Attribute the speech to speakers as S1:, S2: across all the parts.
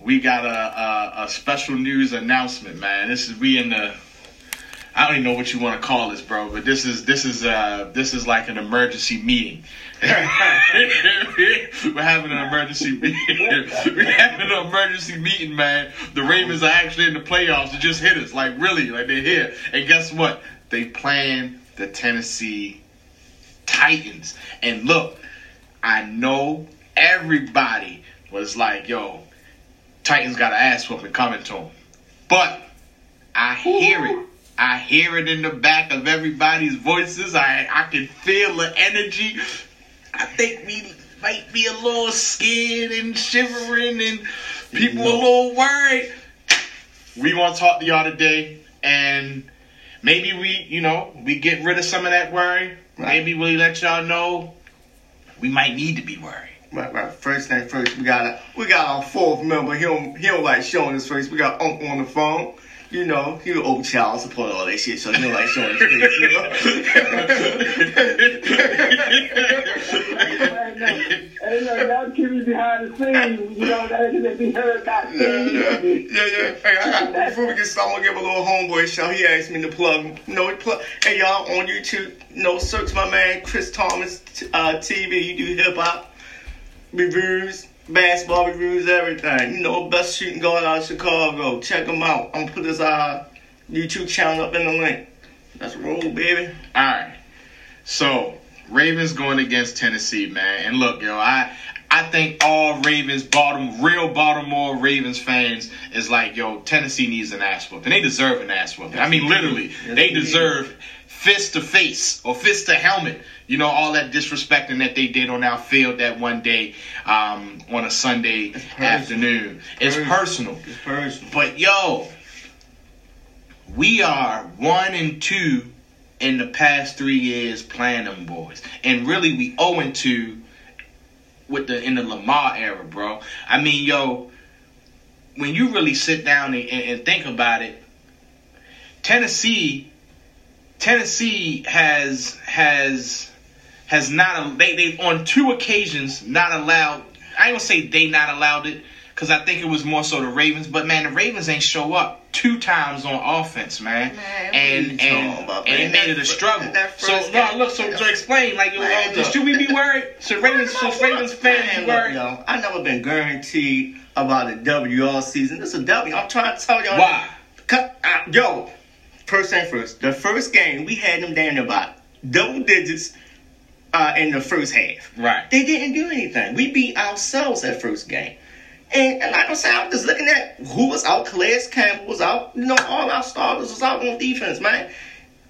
S1: we got a, a, a special news announcement, man. This is we in the I don't even know what you want to call this, bro, but this is this is uh this is like an emergency meeting. We're having an emergency meeting. We're having an emergency meeting, man. The Ravens are actually in the playoffs. They just hit us, like really, like they're here. And guess what? They playing the Tennessee Titans. And look, I know everybody was like, "Yo, Titans got an ass whooping coming to them," but I hear it. I hear it in the back of everybody's voices. I I can feel the energy. I think we might be a little scared and shivering, and people a little worried. We want to talk to y'all today, and maybe we, you know, we get rid of some of that worry.
S2: Right.
S1: Maybe we let y'all know we might need to be worried.
S2: Right, right. First thing first, we got a, we got our fourth member. He don't, he don't like showing his face. We got Unc on the phone. You know, he an old child support all that shit, so he don't like showing his face. You know?
S3: Hey, no, hey, no, y'all keep me behind the scenes. You know, that that be heard by
S2: yeah,
S3: the
S2: yeah, yeah. Hey, I got, before we get started, I'm gonna give a little homeboy shout. He asked me to plug, you know, he plug. Hey, y'all on YouTube, you know, search my man Chris Thomas uh, TV. He do hip hop reviews, basketball reviews, everything. You know, best shooting guard out of Chicago. Check him out. I'm gonna put his uh, YouTube channel up in the link. Let's roll, baby.
S1: All right. So Ravens going against Tennessee, man. And look, yo, I I think all Ravens, bottom real Baltimore Ravens fans is like, yo, Tennessee needs an ass whooping. They deserve an ass whooping. I mean, literally,
S2: Yes,
S1: they
S2: we do.
S1: deserve fist to face or fist to helmet. You know, all that disrespecting that they did on our field that one day um, on a Sunday
S2: personal.
S1: afternoon. It's
S2: Personal.
S1: personal.
S2: It's personal.
S1: But yo, we are one and two in the past three years playing them boys, and really we owe and two with the in the Lamar era, bro. I mean, yo, when you really sit down and, and, and think about it, Tennessee, Tennessee has has has not they they on two occasions not allowed. I ain't gonna say they not allowed it because I think it was more so the Ravens. But man, the Ravens ain't show up two times on offense, man. and
S2: you talking
S1: and,
S2: about,
S1: and
S2: man?
S1: it made it a
S2: That-
S1: strugh- struggle.
S2: that
S1: So
S2: first
S1: no,
S2: game-
S1: look. So to explain, like, yo,
S2: Man,
S1: uh,
S2: look.
S1: should we be worried? Should Ravens, should Ravens fans
S2: Man,
S1: be
S2: look,
S1: worried?
S2: yo, I never been guaranteed about a W all season. This is a W. I'm trying to tell y'all.
S1: Why?
S2: Cut, uh, yo, first thing first. The first game we had them down about double digits uh, in the first half.
S1: Right.
S2: They didn't do anything. We beat ourselves that first game. And, and like I'm saying, I'm just looking at who was out. Calais Campbell was out. You know, all our starters was out on defense, man.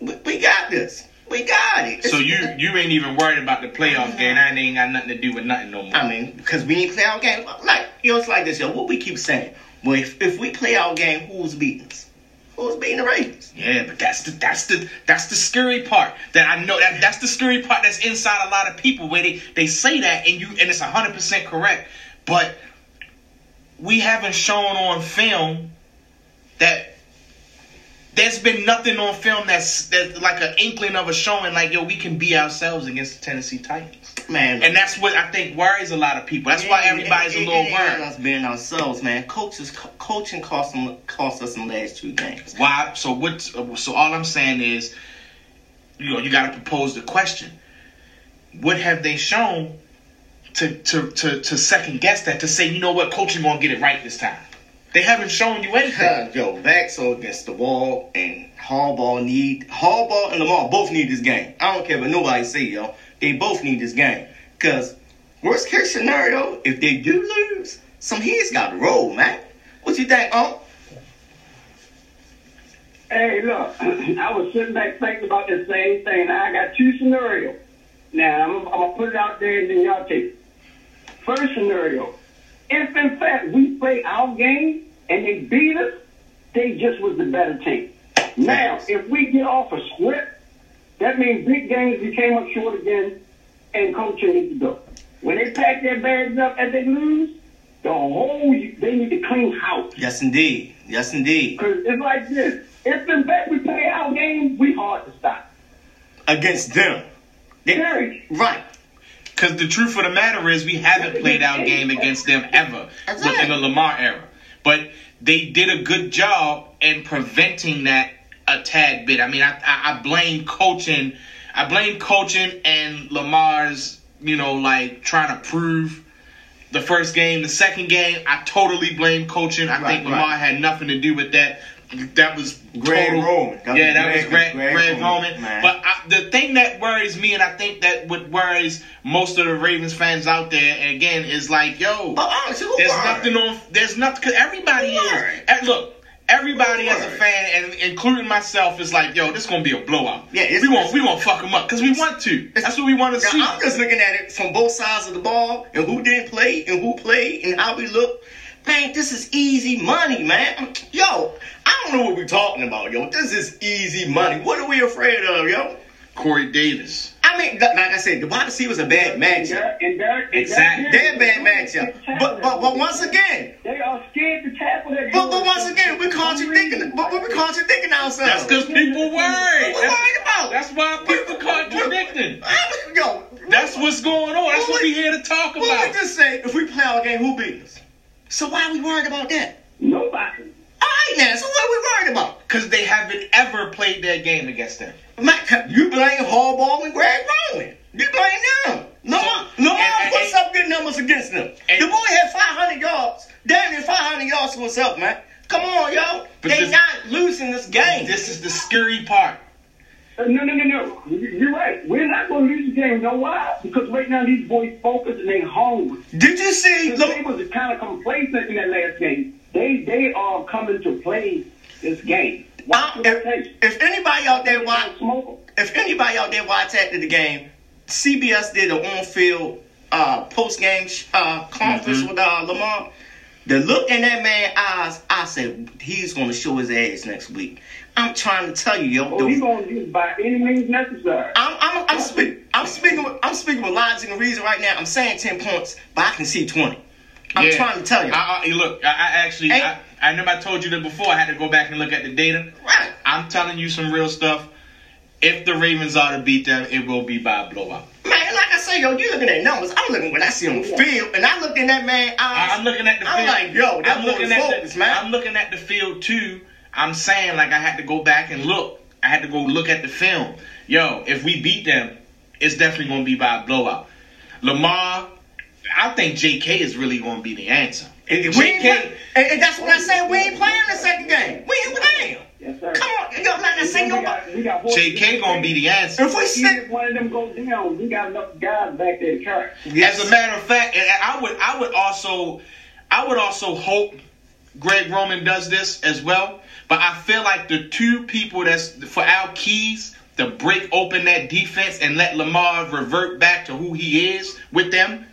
S2: We, we got this. We got it.
S1: So
S2: It's-
S1: you you ain't even worried about the playoff game. That ain't got nothing to do with nothing no more.
S2: I mean, because we didn't play our game. Like, yo, it's like this, yo. What we keep saying. Well, if, if we play our game, who's beating us? Who's beating the Ravens?
S1: Yeah, but that's the that's the that's the scary part that I know that that's the scary part that's inside a lot of people where they they say that and you and it's hundred percent correct, but we haven't shown on film that there's been nothing on film that's that's like an inkling of a showing like yo we can be ourselves against the Tennessee Titans
S2: Man,
S1: and that's what I think worries a lot of people. That's why
S2: Yeah,
S1: everybody's
S2: it-
S1: a
S2: it-
S1: little
S2: it ain't
S1: worried.
S2: Us being ourselves, man. Coaches, co- coaching cost them, cost us some last two games.
S1: Why? So what? So all I'm saying is, you know, you got to propose the question: What have they shown to to to, to second guess that to say, you know what, coaching gonna get it right this time? They haven't shown you anything.
S2: Huh, Yo, backs are against the wall, and Harbaugh need Harbaugh and Lamar both need this game. I don't care what nobody say, yo. They both need this game because worst case scenario, if they do lose, some heads got to roll, man. What you think, Unc?
S3: Hey, look, I was sitting back thinking about the same thing. Now, I got two scenarios. Now, I'm, I'm going to put it out there and then y'all take it. First scenario, if in fact we play our game and they beat us, they just was the better team. Now, if we get off a script, that means big games we came up short again and coaching needs to go. When they pack their bags up and they lose, the whole, they need to clean house.
S2: Yes, indeed. Yes, indeed.
S3: Because it's like this. If in fact we play our game, we hard to stop.
S2: Against them, they,
S3: Period.
S2: right?
S1: Because the truth of the matter is, we haven't played our game against them ever
S2: That's
S1: within
S2: right.
S1: the Lamar era. But they did a good job in preventing that a tad bit. I mean, I, I, I blame coaching. I blame coaching and Lamar's, you know, like trying to prove the first game, the second game. I totally blame coaching. I
S4: Right,
S1: think Lamar
S4: right.
S1: had nothing to do with that. That was
S4: Greg
S1: total-
S4: Roman. That
S1: yeah,
S4: was
S1: that
S4: Greg-
S1: was Greg,
S4: Greg
S1: Greg,
S4: Roman,
S1: Roman.
S4: man.
S1: But I, the thing that worries me, and I think that what worries most of the Ravens fans out there, and again, is like, yo,
S2: But honestly, who
S1: there's
S2: worried?
S1: nothing on. There's nothing. Cause everybody is.
S2: Word.
S1: and look, everybody as a
S2: Word.
S1: fan, and including myself, is like, yo, this gonna be a blowout.
S4: Yeah, it's-
S1: we want
S4: it's-
S1: we want fuck them up because we want to. That's what we want to
S2: Now,
S1: see.
S2: I'm just looking at it from both sides of the ball and who didn't play and who played and how we look. Man, this is easy money, man. Yo, I don't know what we're talking about, yo. This is easy money. What are we afraid of, yo?
S1: Corey Davis.
S2: I mean, like I said, the wide receiver's a bad matchup.
S3: And they're, and
S1: Exactly.
S2: They're a bad matchup. But, but, but once again,
S3: They are scared to tackle that.
S2: but, but once again, we're contradicting, but we're contradicting ourselves.
S1: That's because people worry.
S2: What
S1: That's,
S2: worried about?
S1: that's why people contradicting.
S2: I mean, Yo,
S1: That's what's going on. That's
S2: Well,
S1: what we here to talk
S2: what would
S1: about.
S2: this say if we play our game, who beat us? So why are we worried about that?
S3: Nobody.
S2: All right now, so what are we worried about?
S1: Because they haven't ever played their game against them.
S2: Matt, you blame Harbaugh and Greg Roman. You blame them. Lamar,
S1: So-
S2: Lamar
S1: and- and-
S2: puts up good numbers against them.
S1: and-
S2: the boy had 500 yards. Damn near 500 yards was up, man. Come on, yo.
S1: But
S2: they
S1: this-
S2: not losing this game.
S1: This is the scary part.
S3: Uh, No, no, no, no. You- You're right. We're not going to lose the game. You know why? Because right now these boys focused and they hungry.
S2: Did you see?
S3: They
S2: Look,
S3: was kind of complacent in that last game. They they are coming to play this game. Watch
S2: I-
S3: what it
S2: if,
S3: takes.
S2: if anybody out there watch,
S3: Smoke 'em.
S2: if anybody out there watched after the game, CBS did an on-field uh, post-game sh- uh, conference
S1: Mm-hmm.
S2: with uh, Lamar. The look in that man's eyes, I said he's gonna show his ass next week. I'm trying to tell you, yo.
S3: Oh,
S2: the-
S3: he's going to use by any means necessary.
S2: I'm I'm I'm, speak, I'm speaking with, I'm speaking with logic and reason right now. I'm saying ten points, but I can see twenty. I'm
S1: Yeah.
S2: trying to tell you.
S1: I, I, look, I, I actually,
S2: Ain't-
S1: I, I remember I told you that before. I had to go back and look at the data.
S2: right.
S1: I'm telling you some real stuff. If the Ravens are to beat them, it will be by a blowout.
S2: Man, like I say, yo, you looking at numbers. I'm looking what I see on the field, and I looked in that man's eyes.
S1: I, am looking at the
S2: I'm
S1: field.
S2: like, yo, that
S1: I'm
S2: boy
S1: looking at
S2: focused,
S1: the,
S2: man.
S1: I'm looking at the field too. I'm saying like I had to go back and look. I had to go look at the film. Yo, if we beat them, it's definitely gonna be by a blowout. Lamar, I think JK is really gonna be the answer.
S2: And we ain't
S1: JK
S2: play- and, and that's what I said. We ain't playing the second game. We ain't playing.
S3: Yes, sir.
S2: Come on, yo, like I say,
S3: We
S2: nobody.
S3: got- we got horses in
S1: JK
S3: the
S1: gonna be the answer.
S2: If we
S3: Even if
S2: sit,
S3: one of them goes down, we got enough guys back there to carry.
S2: yes,
S1: As a matter of fact, and I would I would also I would also hope Greg Roman does this as well. But I feel like the two people that's for our keys to break open that defense and let Lamar revert back to who he is with them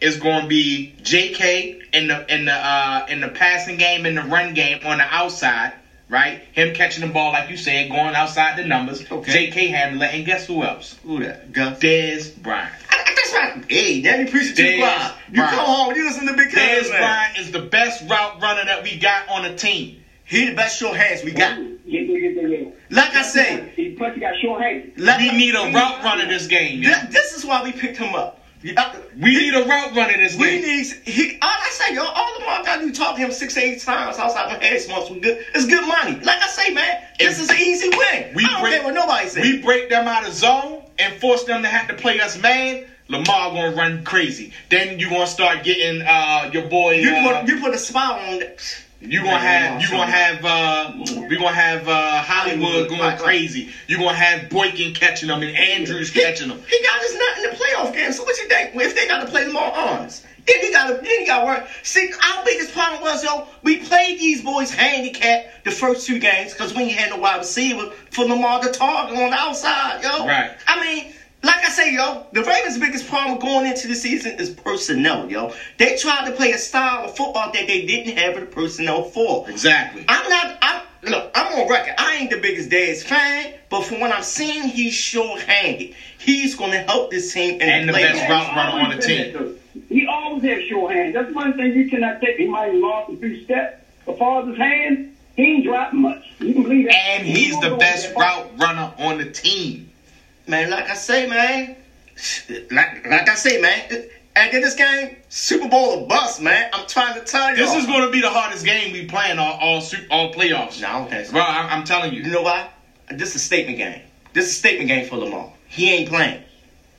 S1: is going to be J.K. in the in the uh, in the passing game in the run game on the outside, right? Him catching the ball like you said, going outside the numbers.
S2: Okay.
S1: J.K. handle it, and guess who else?
S2: Who that? Gus.
S1: Dez Bryant.
S2: I- I- That's right. Hey, Daddy preacher to the
S1: Dez
S2: choir. You
S1: Bryant.
S2: come home, you listen to Big
S1: Dez
S2: Cuz, man.
S1: Bryant is the best route runner that we got on the team.
S2: He the best short hands we got.
S3: Yeah, yeah, yeah, yeah, yeah.
S2: Like I say,
S3: He plus he got short hands.
S2: like,
S1: We need a route runner this game. yo.
S2: Th- this is why we picked him up.
S1: We need a route runner this
S2: We
S1: game.
S2: need he. All I say, yo, all Lamar got to do talk to him six, eight times outside my head smokes. We good. It's good money. Like I say, man, this
S1: If-
S2: is an easy win.
S1: we
S2: I don't
S1: break-
S2: care what nobody say.
S1: We break them out of zone and force them to have to play us man. Lamar gonna run crazy. Then you gonna start getting uh, your boy.
S2: you
S1: uh,
S2: put you put a spot on that.
S1: You gonna have you gonna have uh we gonna have uh Hollywood going crazy. You gonna have Boykin catching them and Andrews catching them.
S2: He got his nut in the playoff game. So what you think? Well, if they got to play Lamar arms, then he got to then he got to work. See, our biggest problem was yo, we played these boys handicapped the first two games because we ain't had no wide receiver for Lamar to target on the outside, yo.
S1: Right.
S2: I mean. Like I say, yo, the Ravens' biggest problem going into the season is personnel, yo. They tried to play a style of football that they didn't have the personnel for.
S1: Exactly.
S2: I'm not. I'm look. I'm on record. I ain't the biggest dad's fan, but from what I'm seeing, he's short-handed. He's going to help this team in
S1: And
S2: the
S1: the best
S2: playoffs.
S1: route runner on the team.
S3: He always has short hands. That's one thing you cannot take. He might have lost a few steps. As far as his hands, he ain't dropping much. You can believe that.
S1: And he's the best route runner on the team.
S2: Man, like I say, man. Like like I say, man. And then this game, Super Bowl or bust, man. I'm trying to tell you.
S1: This is going to be the hardest game we playing all all, su- all playoffs.
S2: No, I don't think so.
S1: Bro, I, am telling you.
S2: You know why? This is a statement game. This is a statement game for Lamar. He ain't playing.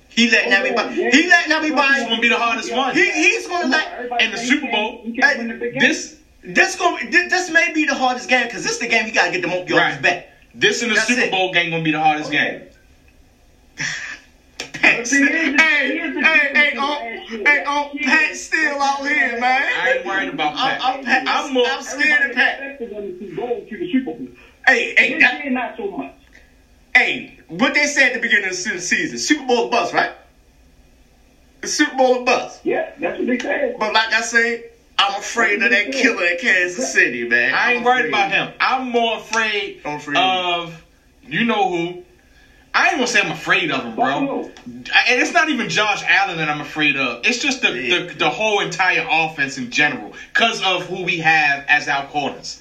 S2: He
S3: Oh,
S2: letting everybody. He letting
S1: This is
S2: everybody.
S1: going to be the hardest one.
S2: He, he's gonna let.
S1: In the Super Bowl, this
S2: This gonna. This, this may be the hardest game because this is the game you gotta get the most yards
S1: Right.
S2: back.
S1: this and the
S2: That's
S1: Super
S2: it.
S1: Bowl game going to be the hardest game.
S2: Pat
S3: But
S2: Steele.
S3: see, here's the-
S2: Hey,
S3: here's the
S2: hey, hey,
S3: difference
S2: on,
S3: in
S2: hey,
S3: last
S2: on
S3: year.
S2: Pat Steele out here, man.
S1: I ain't worried about
S2: I'm,
S1: Pat.
S2: I'm, Pat, I'm,
S1: I'm more-
S2: I'm scared of Pat.
S3: to go to the Super Bowl.
S2: Hey, hey,
S3: This
S2: that,
S3: year, not so much.
S2: hey, what they said at the beginning of the season, Super Bowl bust, right? The Super Bowl bust.
S3: Yeah, that's what they said.
S2: But like I said, I'm afraid of that killer in Kansas City, man.
S1: I ain't
S2: I'm
S1: worried
S2: afraid.
S1: about him. I'm more afraid
S2: I'm afraid.
S1: of you know who. I ain't gonna say I'm afraid of him, bro.
S3: Buffalo.
S1: I- And it's not even Josh Allen that I'm afraid of. It's just the,
S2: Yeah.
S1: the, the whole entire offense in general because of who we have as our corners.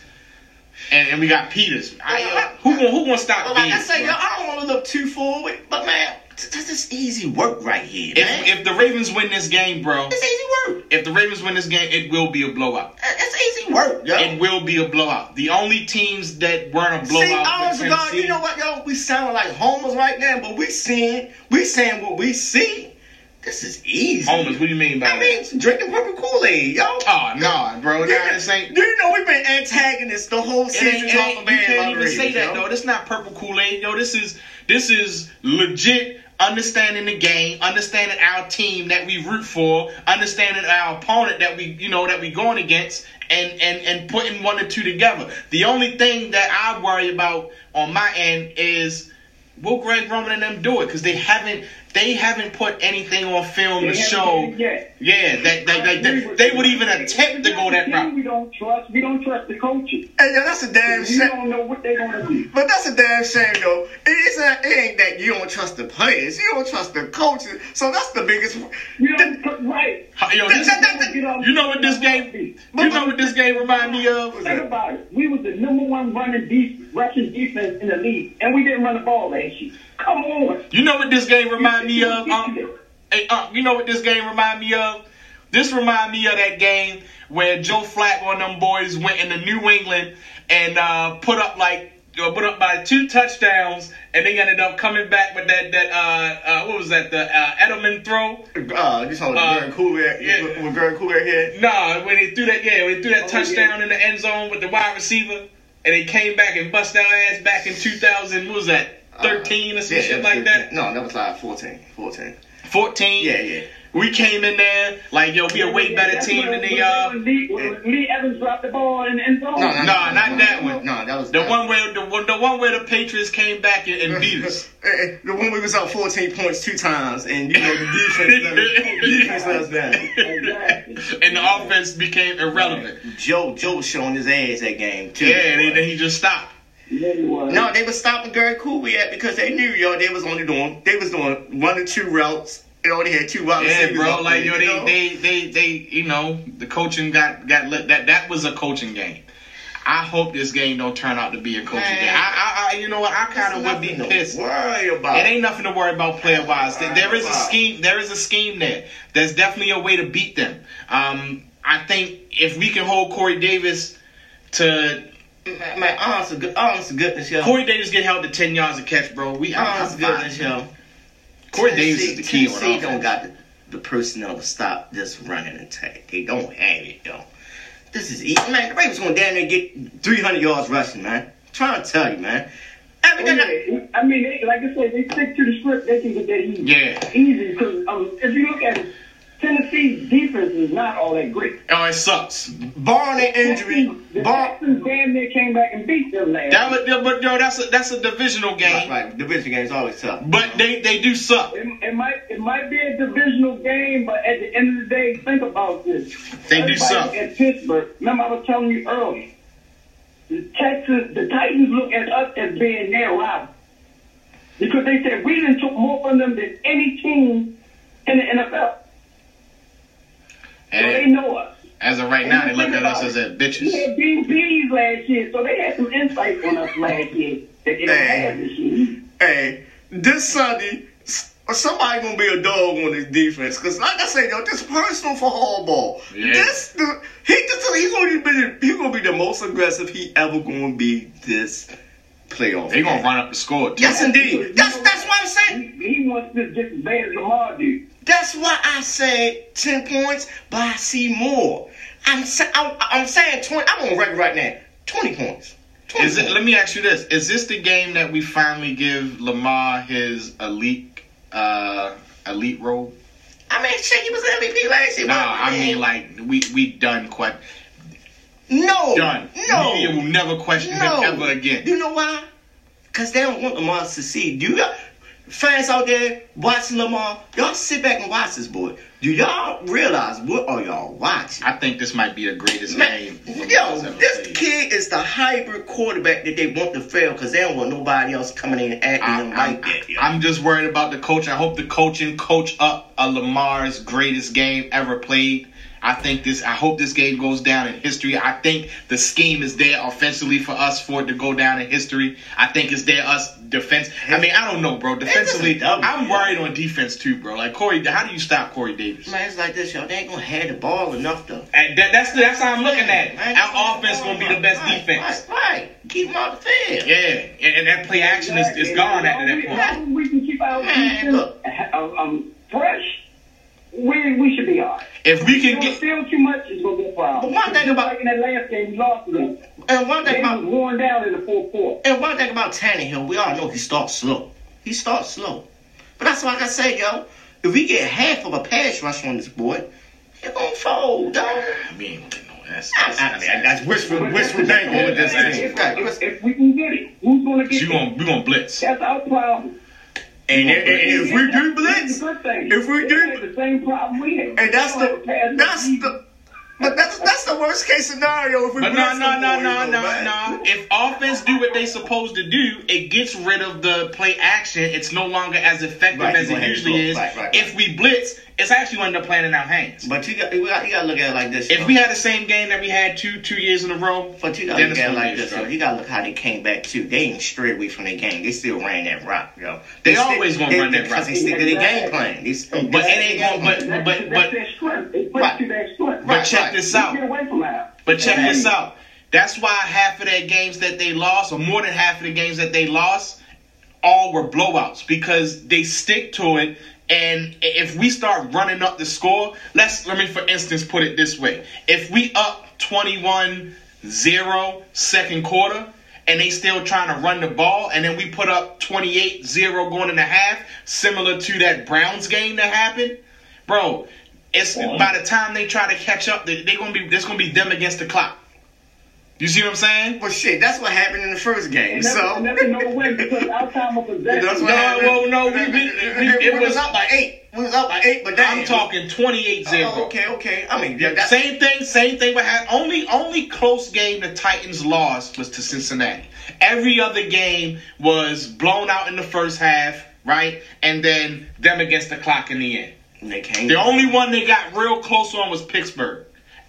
S1: And, and we got Peters. I, uh, who gon- who gonna
S2: But
S1: stop
S2: like I
S1: Peters?
S2: said,
S1: bro?
S2: yo, I don't want to look too forward, but man, th- this is easy work right here, man.
S1: if, if the Ravens win this game, bro,
S2: it's easy work.
S1: if the Ravens win this game, it will be a blowout.
S2: It's easy work, yo.
S1: It will be a blowout. The only teams that weren't a blowout.
S2: Oh. See,
S1: were
S2: honest to God, you
S1: Tennessee.
S2: know what, y'all? We sound like homers right now, but we seeing, we saying what we see. This is easy.
S1: Homers, what do you mean by
S2: I
S1: that?
S2: mean, drinking purple Kool Aid, yo.
S1: Oh nah, bro. Nah,
S2: Yeah.
S1: this ain't.
S2: Do you know we've been antagonists the whole
S1: It ain't,
S2: season?
S1: it ain't,
S2: off
S1: you
S2: of Bad
S1: can't even
S2: Margaritas,
S1: say that
S2: yo.
S1: though. This not purple Kool Aid, yo. This is this is legit. Understanding the game, understanding our team that we root for, understanding our opponent that we you know that we going against, and and and putting one and two together. The only thing that I worry about on my end is will Greg Roman and them do it because they haven't they haven't put anything on film to
S3: They haven't
S1: show.
S3: done it yet.
S1: Yeah, that they, they, they, they would even attempt to go that route.
S3: We don't trust. We don't trust the coaches.
S2: Hey, yo, that's a damn
S3: We
S2: shame.
S3: don't know what they're gonna do.
S2: But that's a damn shame, though. It- It's not, it ain't that you don't trust the players, you don't trust the coaches. So that's the biggest.
S3: You
S2: the-
S3: know, right?
S1: Yo, this, you know what this game? You know what this game remind me of?
S3: Think about it. We was the number one running de- rushing defense in the league, and we didn't run the ball last year. Come on.
S1: You know what this game remind me of? Um, hey, um, you know what this game remind me of? This remind me of that game where Joe Flacco and them boys went into New England and uh, put up like uh, put up by two touchdowns, and they ended up coming back with that that uh, uh, what was that the uh, Edelman throw?
S2: Uh, you talking
S1: Uh,
S2: about Gurren Cooler?
S1: yeah.
S2: With Gurren Cooler here?
S1: Nah, when they threw that yeah, when they threw that
S3: Oh,
S1: touchdown
S3: yeah.
S1: in the end zone with the wide receiver, and they came back and bust our ass back in 2000. What was that? 13 or some
S2: Uh, Yeah,
S1: shit
S2: was
S1: like
S2: 15.
S1: that.
S2: No, that was like 14. 14.
S1: 14.
S2: Yeah, yeah.
S1: We came in there like yo, we a way better
S3: That's
S1: team than
S3: when-
S1: they
S3: when-
S1: are.
S3: when Lee, when Lee Evans dropped the ball in the end zone.
S2: No, no,
S1: Nah,
S2: no,
S1: not
S2: no,
S1: that
S2: no,
S1: one.
S2: No, that was
S1: The one where the one, the one where the Patriots came back and, and beat us.
S2: Eh, eh, the one we was up 14 points two times, and you know the defense, let us- defense let us down.
S3: Exactly.
S1: And the offense became irrelevant.
S2: Joe Joe was showing his ass that game too.
S1: Yeah, and then- then he just stopped.
S3: Yeah, he was.
S2: No, they was stopping Gary Kubiak because they knew yo they was only doing they was doing one or two routes. They only had two routes.
S1: Yeah, bro. Like yo, they, they, they, they, you know, the coaching got got let, that. That was a coaching game. I hope this game don't turn out to be a coaching
S2: Man.
S1: game. I, I, I, you know what? I kind of would be pissed.
S2: Worry about
S1: It ain't nothing to worry about player wise. There is a
S2: Wow.
S1: scheme. There is a scheme there. There's definitely a way to beat them. Um, I think if we can hold Corey Davis to
S2: man. man honest to good, honest to goodness, yo.
S1: Corey Davis get held to ten yards a catch, bro. We I'm,
S2: honest
S1: I'm
S2: to goodness,
S1: fine.
S2: yo.
S1: Corey Davis is the key on
S2: Oh, Tennessee don't
S1: offense.
S2: got the, the personnel to stop this running attack. They don't have it though. This is easy, man. The Ravens going down there and get 300 yards rushing, man. trying to tell you, man.
S3: Oh,
S2: Everything I-
S3: yeah. I mean, they, like I said, they stick to the script. They can get that easy.
S1: Yeah.
S3: Easy because um, if you look at it, Tennessee's defense is not all that great.
S1: Oh, it sucks.
S2: barring that injury,
S3: The
S2: bar,
S3: Texans damn near came back and beat them last.
S1: That was, but yo, that's a that's a divisional
S2: right,
S1: game.
S2: right, division games always tough.
S1: But they they do suck.
S3: It, it might it might be a divisional game, but at the end of the day, think about this.
S1: They do
S3: Everybody
S1: suck.
S3: At Pittsburgh, remember I was telling you earlier, the Texans, the Titans look at us as being their rival because they said we didn't took more from them than any team in the NFL. So they
S1: And
S3: know us.
S1: as of right now, they look at us as a
S3: We
S1: bitches.
S3: had BBs last year, so they had some insight on us last year that they don't have this year.
S2: Hey, this Sunday, s- But somebody gonna be a dog on this defense, cause like I said, yo, this personal for Harbaugh.
S1: Yeah.
S2: This the, he just he gonna be he gonna be the most aggressive he ever gonna be this playoff.
S1: They gonna
S2: game.
S1: run up the score. Too.
S2: Yes, indeed. That's that's what I'm saying.
S3: He, he wants to get as bad as Lamar do.
S2: That's why I said ten points, but I see more. I'm sa- I'm, I'm saying twenty. I'm on record right now. Twenty points. 20
S1: Is it?
S2: points.
S1: Let me ask you this: Is this the game that we finally give Lamar his elite, uh, elite role?
S2: I mean, shit, he was MVP last year.
S1: Nah,
S2: but-
S1: I mean like we we done quite
S2: no,
S1: done.
S2: no,
S1: media will never question
S2: no.
S1: him ever again.
S2: You know why? Cause they don't want Lamar to succeed. You got fans out there watching Lamar. Y'all sit back and watch this boy. Do y'all realize what are y'all watching?
S1: I think this might be the greatest
S2: Man,
S1: game. Lamar's
S2: yo,
S1: ever
S2: this
S1: played.
S2: kid is the hybrid quarterback that they want to fail because they don't want nobody else coming in and acting
S1: I,
S2: them
S1: I,
S2: like that. yo.
S1: am just worried about the coach. I hope the coaching coach up a Lamar's greatest game ever played. I think this. I hope this game goes down in history. I think the scheme is there offensively for us for it to go down in history. I think it's there us defense. I mean, I don't know, bro. Defensively,
S2: W,
S1: I'm
S2: yeah.
S1: worried on defense too, bro. Like Corey, how do you stop Corey Davis?
S2: Man, it's like this, y'all. They ain't gonna have the ball enough to.
S1: And that- that's that's how I'm looking at it.
S2: Man,
S1: Our offense gonna be the best
S2: right,
S1: defense.
S2: Right, right. Keep them out the field.
S1: Yeah, and, and that play action is, is gone after that point.
S3: As long as We can keep our
S2: Man,
S3: defense
S2: look.
S3: uh, um, fresh. We we should be all right.
S1: If we
S3: If
S1: can
S3: we
S1: get
S3: feel too much, it's gonna be a
S2: But
S3: problem.
S2: one thing about-
S3: like in that last game, we lost to them.
S2: And one
S3: They
S2: thing
S3: was
S2: about
S3: worn down in the fourth quarter.
S2: and one thing about Tannehill, we all know he starts slow. He starts slow. But that's like I said, yo. If we get half of a pass rush on this boy, it gonna fold, dog.
S1: I mean, no, that's,
S2: I,
S1: that's,
S2: Ah, I mean, that's wishful,
S3: But
S2: wishful
S3: that's-
S2: thinking with this
S3: if-
S2: team.
S3: if- If if we can get it, who's gonna get
S1: you
S3: it?
S1: gonna we gonna blitz.
S3: That's our problem.
S2: And, and, and if we do
S3: That's
S2: blitz,
S3: the good thing.
S2: if we
S3: They
S2: do-
S3: had the same problem we had.
S2: and that's
S3: They don't have to
S2: the
S3: pass
S2: that's
S3: it.
S2: the. But that's that's the worst case scenario if we
S1: But no,
S2: blitz
S1: no,
S2: the
S1: no,
S2: boy,
S1: no,
S2: though,
S1: no,
S2: man.
S1: no. If offense do what they supposed to do, it gets rid of the play action. It's no longer as effective
S2: Right,
S1: as
S2: you
S1: it
S2: gonna have to
S1: usually
S2: go.
S1: is.
S2: Right, right,
S1: If we blitz, it's actually under playing in our hands.
S2: But you got, you got, you got to look at it like this. yo.
S1: If we had the same game that we had two two years in a row,
S2: but you got to
S1: Dennis
S2: look at it
S1: gonna
S2: like
S1: be a
S2: this. Yo.
S1: struggle.
S2: You got to look how they came back too. They ain't strayed away from their game. They still ran that rock, yo.
S1: They
S2: stick-
S1: always gonna
S2: they-
S1: run that
S2: because
S1: rock.
S2: they stick to their game
S3: Exactly.
S2: plan. They, still-
S1: But it ain't gonna- but-
S3: That's-
S1: but- but-
S3: that's their strength. It
S2: Right.
S3: plays to their strength.
S1: but
S2: Right,
S1: check
S2: right.
S1: this
S3: Get
S1: out.
S3: away from that.
S1: But check
S2: Right.
S1: this out. That's why half of their games that they lost, or more than half of the games that they lost, all were blowouts because they stick to it. And i- if we start running up the score, let's let me for instance put it this way. If we up 21 0 second quarter and they still trying to run the ball and then we put up 28 0 going in the half, similar to that Browns game that happened, bro, it's by the time they try to catch up, they, they gonna be it's gonna be them against the clock. You see what I'm saying?
S2: Well, shit, that's what happened in the first game.
S3: And that's,
S2: So
S3: and that's another way because our time of possession.
S2: That's what
S1: No,
S2: happened.
S1: well, no, we- we- we-
S2: We
S1: it
S2: was
S1: was-
S2: up by eight. We was up by eight, but damn.
S1: I'm talking 28 0.
S2: Oh, okay, okay. I mean, yeah, that's
S1: Same thing, same thing. But had only only close game the Titans lost was to Cincinnati. Every other game was blown out in the first half, right? And then them against the clock in the end.
S2: They came.
S1: The only one they got real close on was Pittsburgh.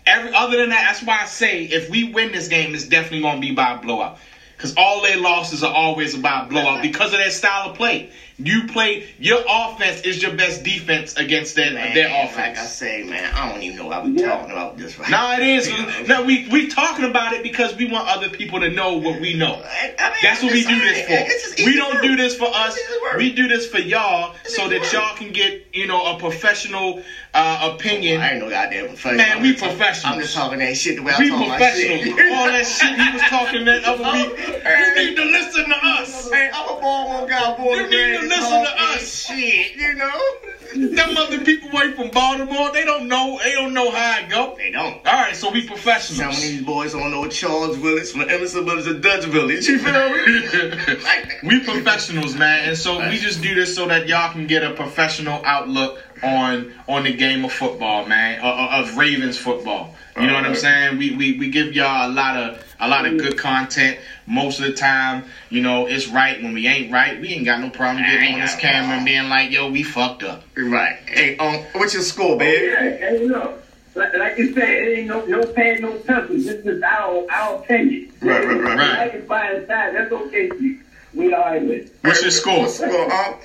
S1: Every other than that, that's why I say if we win this game, it's definitely gonna be by a blowout. Cause all their losses are always about blowout because of their style of play. You play your offense is your best defense against their
S2: Man,
S1: their
S2: Like I
S1: offense.
S2: say, man, I don't even know why we
S3: Yeah.
S2: talking about this right
S1: No, it is.
S2: Yeah.
S1: No, we we talking about it because we want other people to know what we know.
S2: I- I mean,
S1: That's what we
S2: it's
S1: do
S2: just- it's
S1: this
S2: just
S1: for.
S2: easy
S1: We don't
S2: work.
S1: do this for us.
S2: It's easy work.
S1: We do this for y'all so
S2: easy
S1: that
S2: work.
S1: y'all can get you know a professional uh, opinion.
S2: Oh, I ain't no goddamn professional.
S1: Man,
S2: I'm
S1: we
S2: just talking-
S1: professionals.
S2: I'm just talking that shit the way I
S1: We
S2: talk my shit.
S1: professionals. All that shit he was talking that other week. You need to listen to us.
S2: Hey, I'm a ball one guy, boy.
S1: You need to
S2: man,
S1: listen
S2: talk
S1: to
S2: that
S1: us.
S2: Shit, you know.
S1: Them other people away from Baltimore, they don't know. They don't know how it go.
S2: They don't.
S1: All right, so we
S2: Some of
S1: professionals.
S2: these boys don't know Charles Willis from Emerson Willis to Dutch Village. You feel me? Like-
S1: we professionals, man, and so we just do this so that y'all can get a professional outlook on on the game of football, man, o- o- of Ravens football. You know what I'm saying? We, we we give y'all a lot of a lot of good content most of the time. You know, it's right when we ain't right. We ain't got no problem getting on this camera and being like, "Yo, we fucked up."
S2: Right. Hey, um, what's your score,
S3: Yeah,
S1: Oh,
S2: babe?
S3: hey, look. Like, like you said, it ain't no no pad, no pencil. This is our our opinion.
S2: Right, right, right,
S1: right.
S3: I can find a side. That's okay. with you. We are with.
S1: What's your score?
S2: What's your score, um?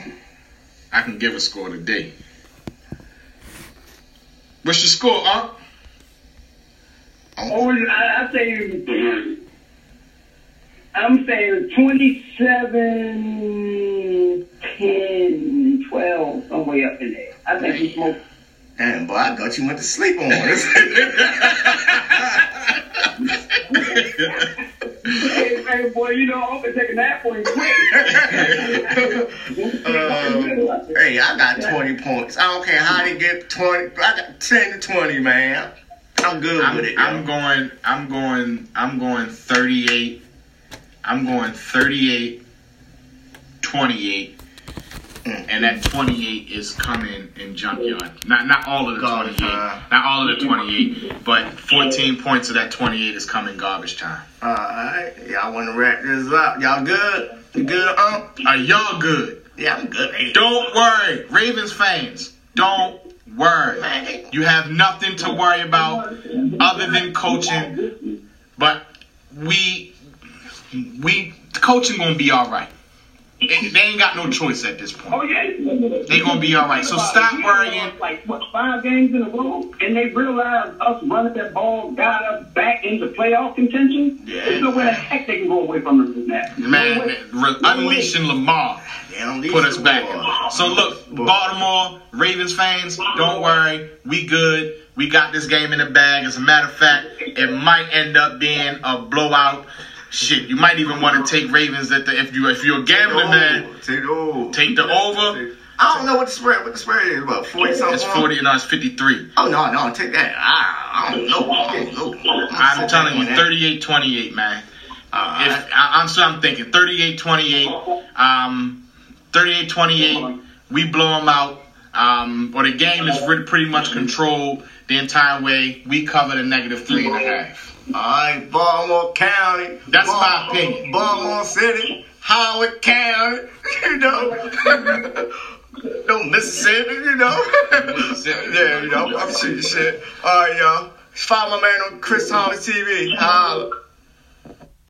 S1: I can give a score today. What's your score, huh?
S3: Oh, I, I say I'm saying 27, 10, 12, somewhere up in there. I think we smoked.
S2: Damn, boy, I thought you went to sleep on us.
S3: Hey, hey, boy, you know, I'm gonna take a nap for you quick.
S2: Um, hey, I got 20 points. I don't care how they get 20. I got 10 to 20, man. I'm good
S1: I'm,
S2: with it.
S1: I'm
S2: yo.
S1: going. I'm going. I'm going 38. I'm going 38, 28,
S2: Mm.
S1: and that 28 is coming in junkyard. Not not all of the
S2: Garbage
S1: 28.
S2: time.
S1: Not all of the 28, but 14 points of that 28 is coming garbage time.
S2: All right. Y'all want to wrap this up? Y'all good? You good, um?
S1: Are y'all good?
S2: Yeah, I'm good. Hey,
S1: Don't worry, Ravens fans. Don't worry.
S2: man, they-
S1: You have nothing to worry about other than coaching. But we we coaching gonna be all right. It- they ain't got no choice at this
S3: Oh,
S1: point.
S3: yeah.
S1: They gonna be all right. So stop
S3: We
S1: worrying.
S3: lost, Like, what, five games in a row? And they realized us running that ball got us back into playoff contention?
S2: Yeah.
S3: There's no way the heck they can go away from us in that. No
S1: Man,
S3: way.
S1: re- unleashing Lamar
S2: they don't leave
S1: put us
S2: the
S1: back.
S2: ball.
S1: So look, Baltimore Ravens fans, don't worry. We good. We got this game in the bag. As a matter of fact, it might end up being a blowout. Shit, you might even want to take Ravens at the if you if you're a gambling man,
S2: Take the over.
S1: take the over.
S2: I don't know what the spread. What the spread is? What forty something?
S1: It's 40 and it's 53.
S2: Oh no, no, take that. I, I don't know. I don't know.
S1: I'm telling you, 38 28, man.
S2: Uh,
S1: If I, I'm so I'm thinking 38 28, um, 38 28, we blow them out. Um, or the game is re- pretty much controlled the entire way. We cover the negative three and a half.
S2: all right, Baltimore County.
S1: That's
S2: Bal-
S1: my opinion.
S2: Baltimore City, Howard County. You know. No Mississippi, you know.
S1: Mississippi.
S2: yeah, you know. I'm shit, shit. All right, y'all. Follow my man on Chris Thomas TV. Holla.